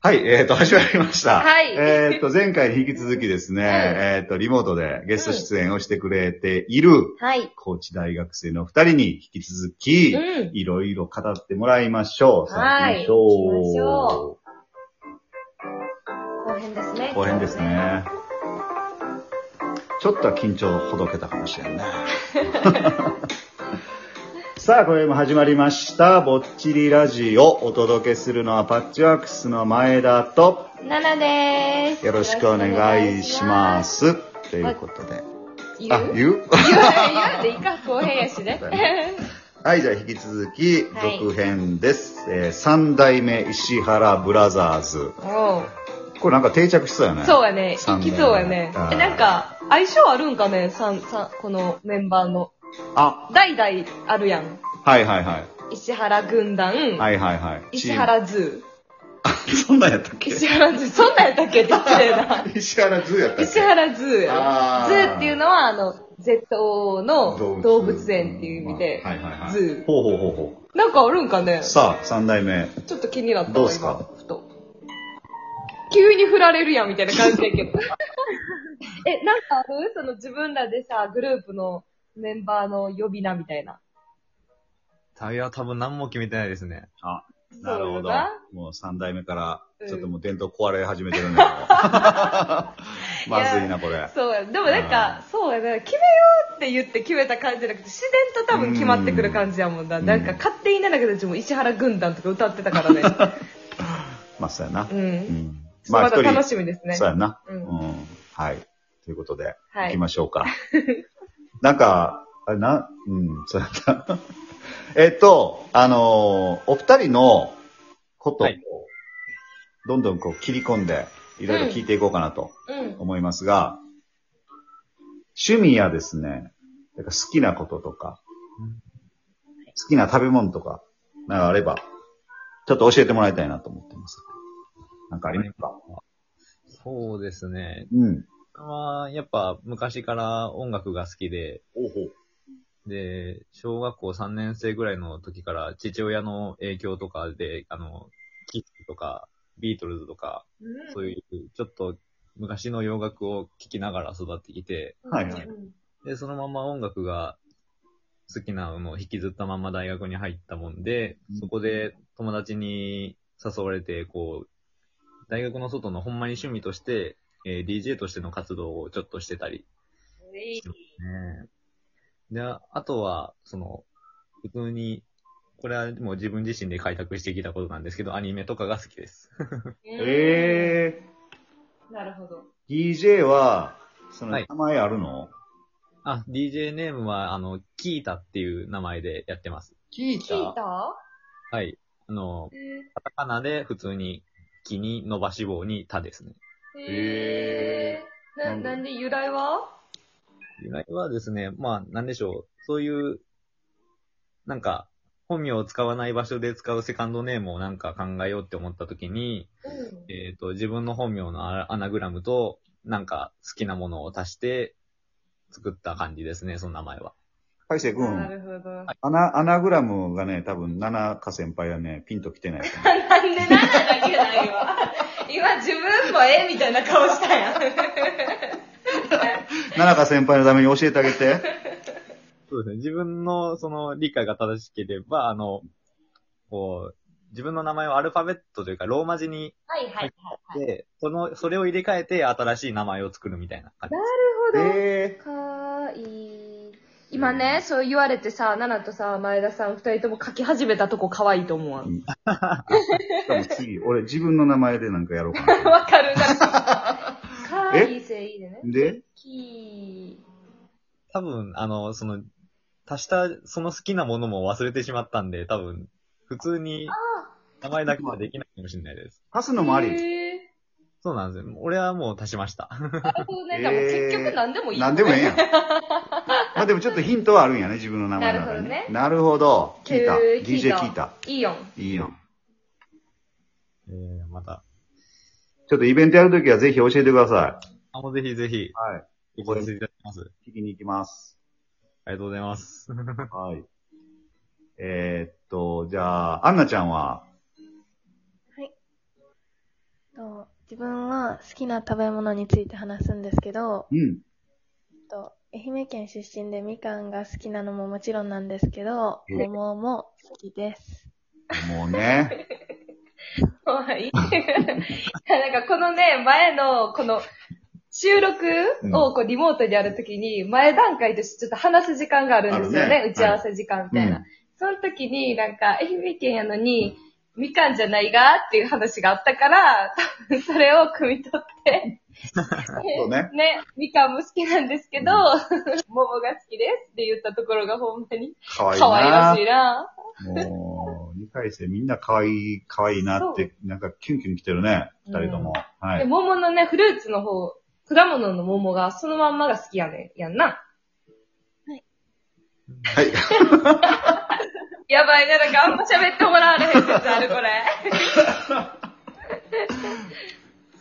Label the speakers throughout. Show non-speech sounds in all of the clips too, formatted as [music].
Speaker 1: はい、えっ、と、始まりました。
Speaker 2: はい
Speaker 1: えっ、と、前回に引き続きです
Speaker 2: [laughs]
Speaker 1: ね、えっ、と、リモートでゲスト出演をしてくれている、
Speaker 2: はい。
Speaker 1: 高知大学生の二人に引き続き、
Speaker 2: うん。
Speaker 1: いろいろ語ってもらいましょう。さあ、
Speaker 2: は
Speaker 1: 行きま
Speaker 2: い
Speaker 1: しょう。
Speaker 2: 行きましょ後編ですね。
Speaker 1: 応援ですね。ちょっとは緊張ほどけたかもしれ
Speaker 2: [laughs]
Speaker 1: んね。さあ、これも始まりました。ぼっちりラジオ。お届けするのはパッチワークスの前田と、
Speaker 2: ナナです。。
Speaker 1: よろしくお願いしますす。ということで。
Speaker 2: 言
Speaker 1: あ
Speaker 2: う、言う
Speaker 1: 言う [laughs]
Speaker 2: 言うでいいか、後編やしね。
Speaker 1: はい、じゃあ引き続き、
Speaker 2: はい
Speaker 1: 続編です。えー三代目石原ブラザーズ。
Speaker 2: おう
Speaker 1: これなんか定着しそうやね。
Speaker 2: そうやね。
Speaker 1: 三
Speaker 2: 行
Speaker 1: 代
Speaker 2: き
Speaker 1: 目
Speaker 2: そうやね
Speaker 1: あ。ー
Speaker 2: え、なんか、相性あるんかね、三、三、このメンバーの。
Speaker 1: あ、
Speaker 2: 代々あるやん。
Speaker 1: はいはいはい。
Speaker 2: 石原軍団、
Speaker 1: はいはいはい。
Speaker 2: 石原ズ
Speaker 1: [laughs] そんなんやったっ
Speaker 2: ー。
Speaker 1: け。
Speaker 2: 石原ズー、そんなんやったっけって言ってたよな
Speaker 1: [laughs] 石原ズーやったっけ
Speaker 2: 石原ズーやろ。
Speaker 1: あ
Speaker 2: ズーっていうのは、あの、ZO の動物園っていう意味で、
Speaker 1: はいはいはい、
Speaker 2: ズー
Speaker 1: ほうほうほうほ
Speaker 2: なんかあるんかね
Speaker 1: う。さあ、三代目。
Speaker 2: ちょっと気になったわ
Speaker 1: どうすか
Speaker 2: 今ふと。急に振られるやんみたいな感じや
Speaker 1: [laughs]
Speaker 2: けど。え、なんかあるその自分らでさ、グループのメンバーの呼び名みたいな。
Speaker 3: タイヤは多分何も決めてないですね。
Speaker 1: あ、なるほ
Speaker 2: そう
Speaker 1: ど
Speaker 2: だ。
Speaker 1: もう三代目から、
Speaker 2: うん
Speaker 1: ちょっともう伝統壊れ始めてるんだけど。
Speaker 2: [laughs]
Speaker 1: まずいな、これ。
Speaker 2: そうや。でもなんか、そうやな。決めようって言って決めた感じじゃなくて、自然と多分決まってくる感じやもんな。
Speaker 1: うん
Speaker 2: なんか勝手にならけど、うちも石原軍団とか歌ってたからね。
Speaker 1: まあ、そうやな。
Speaker 2: うん。
Speaker 1: うん。
Speaker 2: また楽しみですね。
Speaker 1: そうやな。
Speaker 2: うん
Speaker 1: うん。はい。ということで、
Speaker 2: はい
Speaker 1: 行きましょう
Speaker 2: [laughs]
Speaker 1: か。なんか、あれな、うん、そうやった。 [laughs] えっと、あのーお二人のことを、
Speaker 3: はい
Speaker 1: どんどんこう切り込んで、いろいろ聞いていこうかなと
Speaker 2: うん。
Speaker 1: 思いますが、趣味やですね、なんか好きなこととか
Speaker 3: うん、
Speaker 1: 好きな食べ物とか、なんかあれば、ちょっと教えてもらいたいなと思ってます。なんかありますか、
Speaker 3: そうですね。
Speaker 1: うん。
Speaker 3: まあ、やっぱ昔から音楽が好きで、
Speaker 1: おほ。
Speaker 3: で、小学校3年生ぐらいの時から父親の影響とかで、あの、キッズとか、ビートルズとか、そういう、ちょっと昔の洋楽を聴きながら育ってきて、
Speaker 2: うん。
Speaker 1: はいはい
Speaker 2: うん
Speaker 3: で、そのまま音楽が好きなのを引きずったまま大学に入ったもんで
Speaker 1: うん、
Speaker 3: そこで友達に誘われて、こう、大学の外のほんまに趣味として、えー DJ としての活動をちょっとしてたり、ね。で、あとは、その、普通に、これはもう自分自身で開拓してきたことなんですけど、アニメとかが好きです。
Speaker 2: え
Speaker 1: え
Speaker 2: ー。なるほど。
Speaker 1: え DJ は、その、
Speaker 3: はい
Speaker 1: 名前あるの、
Speaker 3: あ、DJ ネームは、あの、キータっていう名前でやってます。
Speaker 1: 聞い
Speaker 2: 聞いた
Speaker 3: はい。あの、カタカナで普通に、木に伸ばし棒にタですね。
Speaker 2: えー。な、なんで由来は
Speaker 3: 由来はですね、まあ、なんでしょう。そういう、なんか、本名を使わない場所で使うセカンドネームをなんか考えようって思った時に、
Speaker 2: うん。
Speaker 3: えっ、と、自分の本名のアアナグラムと、なんか好きなものを足して作った感じですね、その名前は。
Speaker 1: 大成君、
Speaker 2: [laughs] なるほど。
Speaker 1: アナ、アナグラムがね、多分、七か先輩はね、ピンと来てないと思う。
Speaker 2: なんで7だけないわ。 [laughs] 今自分もええみたいな顔したやん。
Speaker 1: 七か先輩のために教えてあげ [laughs] て。
Speaker 3: そうですね。自分のその理解が正しければ、あの、こう、自分の名前をアルファベットというかローマ字に
Speaker 2: はいはいはい。
Speaker 3: して、その、それを入れ替えて新しい名前を作るみたいな感じです。
Speaker 2: なる
Speaker 1: え
Speaker 2: ほど。かわいい。今ね、そう言われてさ、ナナとさ、前田さん二人とも書き始めたとこ可愛いと思うわん。
Speaker 1: えしかも次、俺自分の名前でなんかやろうかな。
Speaker 2: わかるな。 [laughs] かわいいせいで
Speaker 1: [laughs]
Speaker 2: ね。
Speaker 1: で、
Speaker 2: キ
Speaker 3: 多分、あの、その、足した、その好きなものも忘れてしまったんで、多分、普通に名前だけはできないかもしれないです。
Speaker 1: パス
Speaker 2: ー。
Speaker 1: のもあり。
Speaker 2: へー
Speaker 3: そうなんですよ。俺はもう足しました。 [laughs]
Speaker 2: なるほどね。じゃあもう結局何でもいい。
Speaker 1: なんでもええや
Speaker 2: [laughs]
Speaker 1: ん。まあでもちょっとヒントはあるんやね、自分の名前の中でね。なるほど。聞いた。
Speaker 2: へー
Speaker 1: DJ 聞いた。。
Speaker 2: いいよん。
Speaker 1: いいやん。
Speaker 3: えー、また。
Speaker 1: ちょっとイベントやるときはぜひ教えてください。
Speaker 3: あ、もうぜひぜひ、
Speaker 1: は
Speaker 3: ご説明いただきます。
Speaker 1: い。聞きに行きます。
Speaker 3: ありがとうございます。
Speaker 1: はい。えーっと、じゃあ、アンナちゃんは、
Speaker 2: はい。
Speaker 4: と自分は好きな食べ物について話すんですけど、
Speaker 1: うん。
Speaker 4: と愛媛県出身でみかんが好きなのももちろんなんですけど、
Speaker 1: うん
Speaker 4: 桃も好きです。
Speaker 1: もう
Speaker 2: [laughs]
Speaker 1: ね。
Speaker 2: はい。い [laughs] や、なんかこのね、前の、この、収録をこうリモートでやるときに、前段階としてちょっと話す時間があるんですよ
Speaker 1: ある
Speaker 2: ね。
Speaker 1: ね
Speaker 2: 打ち合わせ時間みたいな。
Speaker 1: うん
Speaker 2: その時に、なんか、愛媛県やのに、みかんじゃないがっていう話があったから、 [laughs] 多分それを汲み取って、
Speaker 1: そうね。
Speaker 2: [laughs] ね、みかんも好きなんですけど、
Speaker 1: うん
Speaker 2: [laughs] 桃が好きですって言ったところがほんまに
Speaker 1: かわいいな。
Speaker 2: 可愛らしいな。
Speaker 1: もう、2回生みんな可愛い、可愛いなって、なんかキュンキュン来てるね、
Speaker 2: う
Speaker 1: 二
Speaker 2: ん
Speaker 1: 人とも。は
Speaker 2: で、
Speaker 1: い。
Speaker 2: 桃のね、フルーツの方、果物の桃がそのまんまが好きやねん、やんな。
Speaker 1: はい。
Speaker 2: やばいね、なんかあんま喋ってもらわれへん説ある、これ。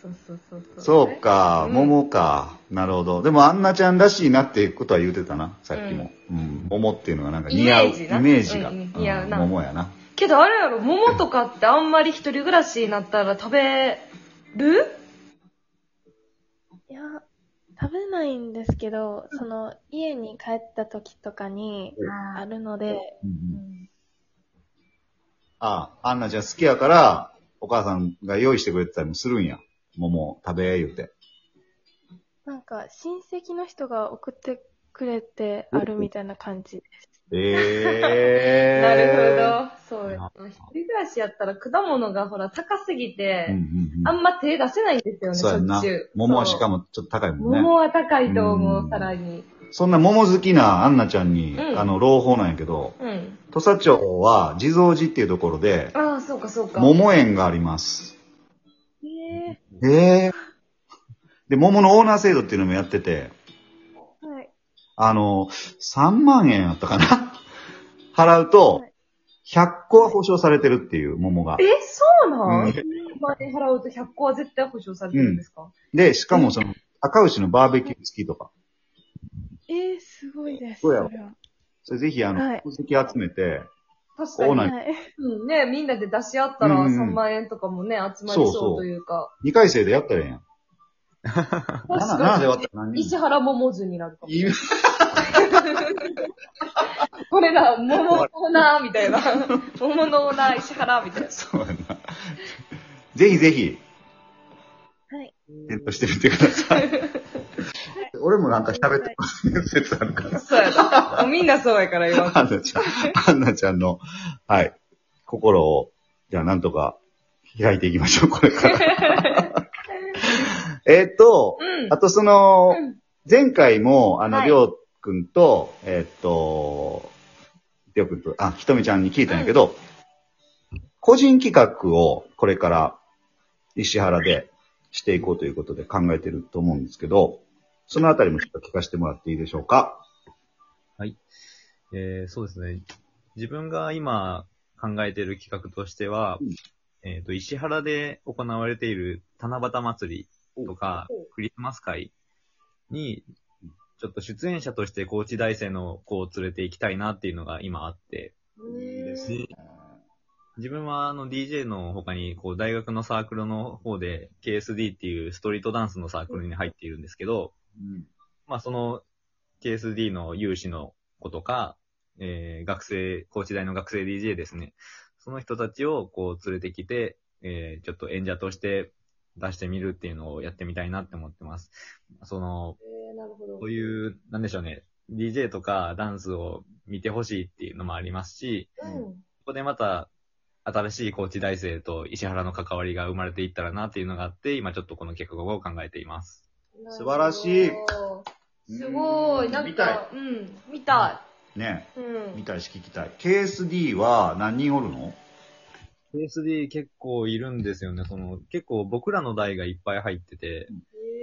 Speaker 2: そうそうそうそう。
Speaker 1: そうか、
Speaker 2: うん
Speaker 1: 桃か。なるほど。でも、アンナちゃんらしいなっていうことは言うてたな、さっきも。うん。桃っていうのがなんか似合う。
Speaker 2: イメージな
Speaker 1: イメージが。
Speaker 2: うんうん似合うな
Speaker 1: 桃やな。
Speaker 2: けどあれやろ、桃とかってあんまり一人暮らしになったら食べる
Speaker 4: いや、食べないんですけど、その家に帰った時とかにあるので、
Speaker 1: うんうん
Speaker 2: うん
Speaker 1: ああ、アンナちゃん好きやから、お母さんが用意してくれてたりもするんや。桃を食べ、言うて。
Speaker 4: なんか親戚の人が送ってくれてあるみたいな感じ。
Speaker 1: ええ
Speaker 2: [laughs]
Speaker 1: ー。
Speaker 2: なるほど。そうや。一人暮らしやったら果物がほら高すぎて、
Speaker 1: うんうんうん
Speaker 2: あんま手出せないんですよね、し
Speaker 1: そうやん
Speaker 2: ょ
Speaker 1: な
Speaker 2: っちゅう。。
Speaker 1: 桃はしか
Speaker 2: も。
Speaker 1: もちょっと高いもんね。
Speaker 2: 桃は高いと思
Speaker 1: う
Speaker 2: う、
Speaker 1: ん
Speaker 2: さらに。
Speaker 1: そんな桃好きなアンナちゃんに、
Speaker 2: うん
Speaker 1: あの、朗報なんやけど、
Speaker 2: うん。
Speaker 1: 土佐町は地蔵寺っていうところで、
Speaker 2: ああ、そうかそうか。
Speaker 1: 桃園があります。
Speaker 4: え
Speaker 1: ええで、桃のオーナー制度っていうのもやってて、
Speaker 4: ー、はい。
Speaker 1: あの、3万円あったかな [laughs] 払うと、100個は保証されてるっていう桃が
Speaker 2: え。、そうなん、
Speaker 1: うん
Speaker 2: ?1 万円払うと100個は絶対保証されてるんですか、
Speaker 1: で、しかもその、赤牛のバーベキュー付きとか。
Speaker 4: えー、すごいです。
Speaker 1: そうやろ
Speaker 4: れは
Speaker 1: それぜひ、あの、
Speaker 4: はい
Speaker 1: 宝石集めて、
Speaker 2: 確か
Speaker 1: そう
Speaker 2: に、
Speaker 1: なん
Speaker 2: ね
Speaker 1: や
Speaker 4: はい。
Speaker 2: うんね。みんなで出し合ったら
Speaker 1: うんうん
Speaker 2: 3万円とかもね、集まり
Speaker 1: そう
Speaker 2: そ
Speaker 1: そうう
Speaker 2: というか。
Speaker 1: 2回生でやったらええやん。
Speaker 2: 確
Speaker 1: な
Speaker 2: か
Speaker 1: なで割っ
Speaker 2: に。
Speaker 1: たら何
Speaker 2: 石
Speaker 1: 人
Speaker 2: 原桃図になるかも。
Speaker 1: いる
Speaker 2: これだ、桃のオーナー
Speaker 1: [laughs]
Speaker 2: みたいな。桃のオーナー石原みたいな。
Speaker 1: そうやな。 [laughs] ぜひぜひ、
Speaker 4: はい。
Speaker 1: 検討してみてくださ
Speaker 4: [laughs]
Speaker 1: い。俺もなんか喋ってますね、説あるから。
Speaker 2: そうやな。みんなそうやから今。
Speaker 1: アンナちゃん、アンナちゃんの、はい、心を、じゃあなんとか開いていきましょう、これから。
Speaker 2: [laughs]
Speaker 1: えっと、
Speaker 2: うん
Speaker 1: あ。とその
Speaker 2: うん、
Speaker 1: 前回も、あ
Speaker 2: は
Speaker 1: の、
Speaker 2: い
Speaker 1: りょうくんと、えっと、りょうくんと、あ、ひとみちゃんに聞いたんやけど、個人企画をこれから石原でしていこうということで考えてると思うんですけど、そのあたりもちょっと聞かせてもらっていいでしょうか。
Speaker 3: えーそうですね。自分が今考えている企画としては、
Speaker 1: うん
Speaker 3: えっ、と、石原で行われている七夕祭りとか
Speaker 2: おうおう、
Speaker 3: クリスマス会に、ちょっと出演者として高知大生の子を連れて行きたいなっていうのが今あって、ね自分はあの DJ の他に、こう、大学のサークルの方で KSD っていうストリートダンスのサークルに入っているんですけど、
Speaker 1: うん
Speaker 3: まあ、その KSD の有志の子とか、えー学生、高知大の学生 DJ ですね。その人たちをこう連れてきて、えーちょっと演者として出してみるっていうのをやってみたいなって思ってます。その、
Speaker 2: えーなるほど
Speaker 3: こういう、なんでしょうね、DJ とかダンスを見てほしいっていうのもありますし、
Speaker 2: うん
Speaker 3: ここでまた、新しい高知大生と石原の関わりが生まれていったらなっていうのがあって、今ちょっとこの結果を考えています。
Speaker 1: 素晴らしい
Speaker 2: すごい、な
Speaker 1: うんん見た
Speaker 2: か、うん、見た
Speaker 1: ね
Speaker 2: い。う
Speaker 1: え、見
Speaker 2: ん。
Speaker 1: たいし聞きたい。KSD は何人おるの
Speaker 3: KSD 結構いるんですよね。その、結構僕らの代がいっぱい入ってて、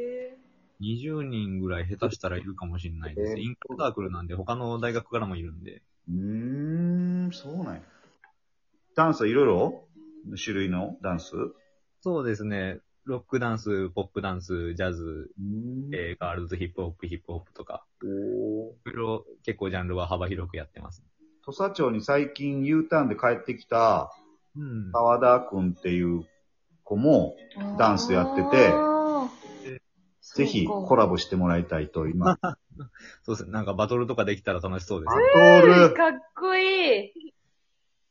Speaker 2: へ
Speaker 3: 20人ぐらい下手したらいるかもしれないです。
Speaker 1: えー
Speaker 3: インクサークルなんで他の大学からもいるんで。
Speaker 1: うーん、そうなんや。ダンスいろいろ種類のダンスう
Speaker 3: そうですね。ロックダンス、ポップダンス、ジャズ、
Speaker 1: ーん
Speaker 3: えーガールズヒップホップ、ヒップホップとか、
Speaker 1: おー
Speaker 3: いろいろ結構ジャンルは幅広くやってます。
Speaker 1: 土佐町に最近 U ターンで帰ってきた
Speaker 3: うん。
Speaker 1: 沢田くんっていう子も、ダンスやってて
Speaker 2: あー
Speaker 1: ぜひ
Speaker 2: そうか
Speaker 1: コラボしてもらいたいと、今。
Speaker 3: そうですね。なんかバトルとかできたら楽しそうですね。
Speaker 1: バトル
Speaker 2: かっこいい。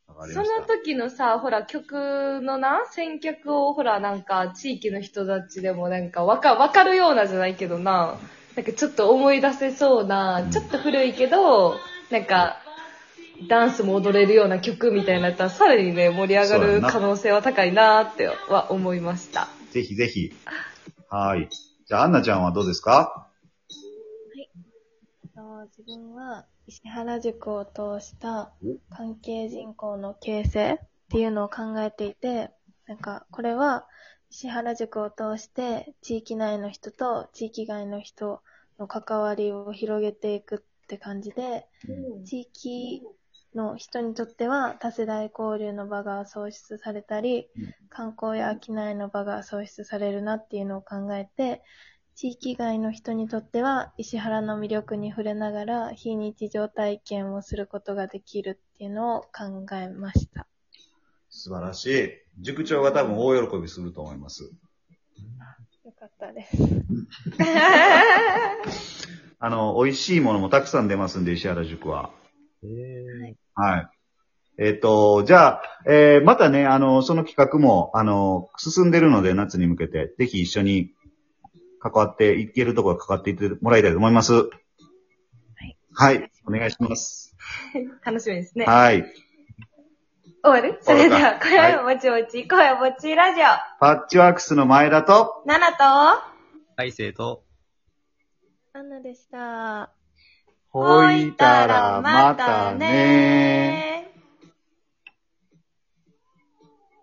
Speaker 1: わかり
Speaker 2: そ
Speaker 1: まし
Speaker 2: の時のさ、ほら、曲のな、選曲をほら、なんか、地域の人たちでもなんか、わか、わかるようなじゃないけどな、なんかちょっと思い出せそうな、ちょっと古いけど、なんか、ダンスも踊れるような曲みたいになったら、さらにね、盛り上が
Speaker 1: そうや
Speaker 2: る
Speaker 1: な
Speaker 2: 可能性は高いなっては思い
Speaker 1: [laughs]
Speaker 2: まし
Speaker 1: た。
Speaker 2: た。
Speaker 1: ぜひぜひ。はい。じゃあ、アンナちゃんはどうですか
Speaker 4: と自分は石原塾を通した関係人口の形成っていうのを考えていて、なんかこれは石原塾を通して地域内の人と地域外の人の関わりを広げていくって感じで、地域の人にとっては多世代交流の場が創出されたり
Speaker 1: うん、
Speaker 4: 観光や商いの場が創出されるなっていうのを考えて、地域外の人にとっては石原の魅力に触れながら非日常体験をすることができるっていうのを考えました。
Speaker 1: 素晴らしい。塾長が多分大喜びすると思います。
Speaker 4: よかったです。
Speaker 1: あの、美味しいものもたくさん出ますんで、石原塾は。
Speaker 3: えー
Speaker 1: はい。えっ、と、じゃあ、えーまたね、あの、その企画も、あの、進んでるので、夏に向けて、ぜひ一緒に関わっていけるところ関わっていってもらいたいと思います。はい
Speaker 4: い。
Speaker 1: お願いします。
Speaker 2: 楽しみですね。
Speaker 1: はい。
Speaker 2: 終わるそ
Speaker 1: 終わ
Speaker 2: れ
Speaker 1: る
Speaker 2: で
Speaker 1: か
Speaker 2: は、今夜もぼちぼち、今夜もぼちラジオ、
Speaker 1: パッチワークスの前田と、
Speaker 2: ナナと、
Speaker 3: 大勢と、
Speaker 4: アンナでした。
Speaker 1: ほいたらまたね
Speaker 2: ほいたらまたね